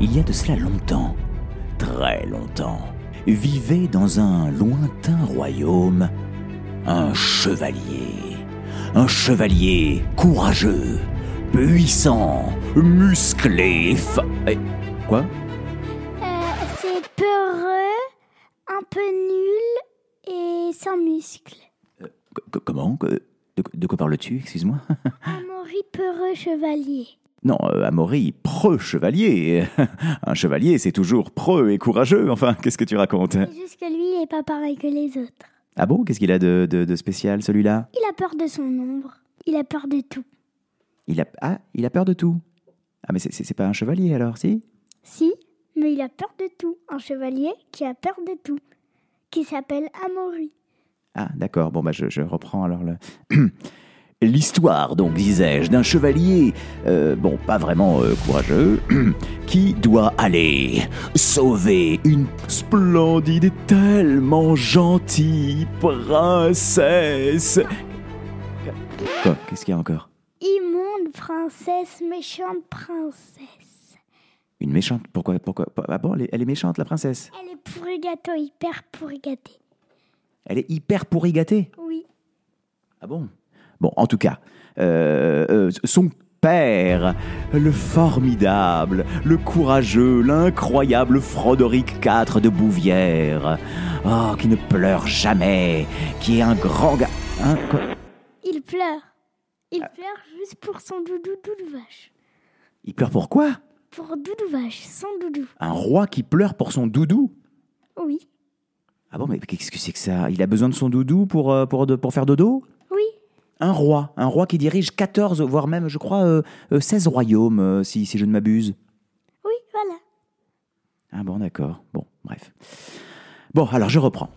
il y a de cela longtemps, très longtemps, vivait dans un lointain royaume un chevalier. Un chevalier courageux, puissant, musclé, fa... eh, Quoi Euh, c'est peureux, un peu nul et sans muscles. Qu- qu- Comment Que- de, de quoi parles-tu, excuse-moi Amaury peureux chevalier. Non, euh, Amaury, preux chevalier. Un chevalier, c'est toujours preux et courageux. Enfin, qu'est-ce que tu racontes C'est juste que lui, il n'est pas pareil que les autres. Ah bon Qu'est-ce qu'il a de, de- de spécial, celui-là Il a peur de son ombre. Il a peur de tout. Il a ah, il a peur de tout. Ah, mais c'est- c'est c'est pas un chevalier alors, si Si, mais il a peur de tout. Un chevalier qui a peur de tout. Qui s'appelle Amaury. Ah, d'accord. Bon, bah, je, je reprends alors le. L'histoire, donc, disais-je, d'un chevalier, euh, bon, pas vraiment euh, courageux, qui doit aller sauver une splendide et tellement gentille princesse. Quoi Qu'est-ce qu'il y a encore Immonde princesse, méchante princesse. Une méchante Pourquoi Pourquoi Ah bon, elle est- elle est méchante, la princesse Elle est pourri gâteau, hyper pourri gâtée. Elle est hyper pourri gâtée Oui, Ah bon Bon, en tout cas, euh, euh, son père, le formidable, le courageux, l'incroyable Frodoric IV de Bouvière, oh, qui ne pleure jamais, qui est un grand gars. Hein, quoi il pleure. Il pleure juste pour son doudou doudou vache. Il pleure pour quoi Pour doudou vache, son doudou. Un roi qui pleure pour son doudou Oui, Ah bon, mais qu'est-ce que c'est que ça Il a besoin de son doudou pour, euh, pour, de- pour faire dodo oui, Un roi, un roi qui dirige 14, voire même, je crois, euh, euh, 16 royaumes, euh, si- si je ne m'abuse. oui, voilà. Ah bon, d'accord. Bon, bref. Bon, alors je reprends.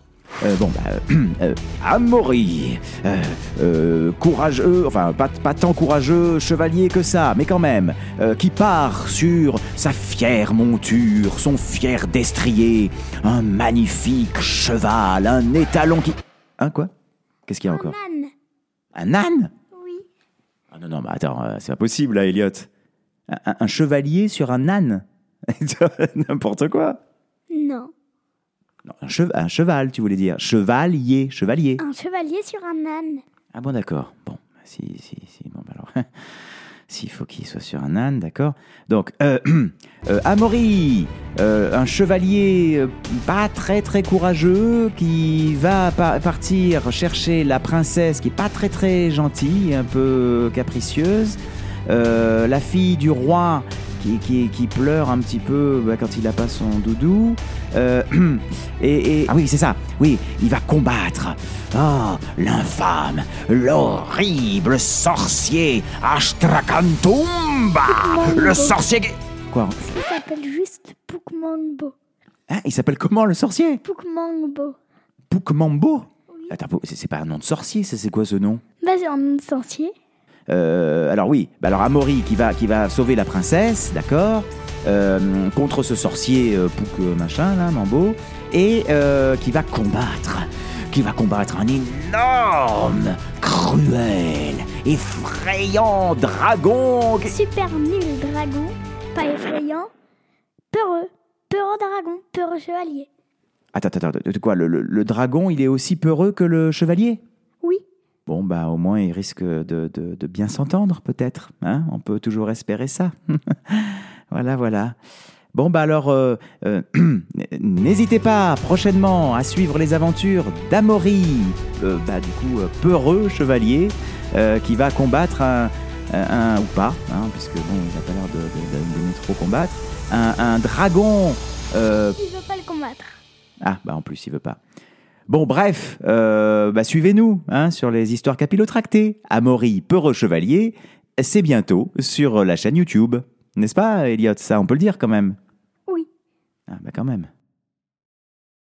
Euh, bon, bah, euh, euh, Amaury, euh, euh, courageux, enfin pas, pas tant courageux chevalier que ça, mais quand même, euh, qui part sur sa fière monture, son fier destrier, un magnifique cheval, un étalon qui... Hein, quoi Qu'est-ce qu'il y a encore Un âne, Un âne oui. ah non, non, mais attends, euh, c'est pas possible, là, Elliot. Un, un- un chevalier sur un âne N'importe quoi Non, Non, un, chev- un cheval, tu voulais dire. Chevalier, chevalier. un chevalier sur un âne. Ah bon, d'accord. Bon, si, si, si. Bon, bah alors. S'il faut qu'il soit sur un âne, d'accord. Donc, euh, euh, Amaury, euh, un chevalier euh, pas très très courageux qui va pa- partir chercher la princesse qui est pas très très gentille, un peu capricieuse. Euh, la fille du roi qui, qui- qui pleure un petit peu bah, quand il a pas son doudou. Euh, et, et- Ah oui, c'est ça. Oui, il va combattre. Ah, l'infâme, l'horrible sorcier Ashtrakantumba Le sorcier qui- Quoi Il s'appelle juste Poukmangbo. Hein, Il s'appelle comment le sorcier Poukmangbo. Pukmambo Attends, Pou- c'est c'est pas un nom de sorcier, ça, c'est quoi ce nom Bah, c'est un nom de sorcier. Euh, alors oui, bah alors Amaury qui va, qui va sauver la princesse, d'accord euh, Contre ce sorcier euh, Pouk euh, machin, là, Mambo. Et euh, qui va combattre. Qui va combattre un énorme, cruel, effrayant dragon. qui- Super nul dragon, pas effrayant. Peureux, peureux dragon, peureux chevalier. Attends, attends, attends, de quoi le, le- le dragon, il est aussi peureux que le chevalier Oui, Bon, bah au moins, il risque de, de- de bien s'entendre, peut-être. hein On peut toujours espérer ça. voilà, voilà. Bon, bah alors, euh, euh, n'hésitez pas prochainement à suivre les aventures d'Amaury, euh, bah, du coup, euh, peureux chevalier, euh, qui va combattre un, un- un- ou pas, hein, puisque bon, il n'a pas l'air de, de- de- d'aimer trop combattre, un, un dragon euh, il veut pas le combattre. ah, bah en plus, il veut pas. Bon, bref, euh, bah, suivez-nous hein, sur les histoires capillotractées. Amaury, peureux chevalier, c'est bientôt sur la chaîne YouTube. N'est-ce pas, Elliot Ça, on peut le dire quand même. Oui. Ah, bah quand même.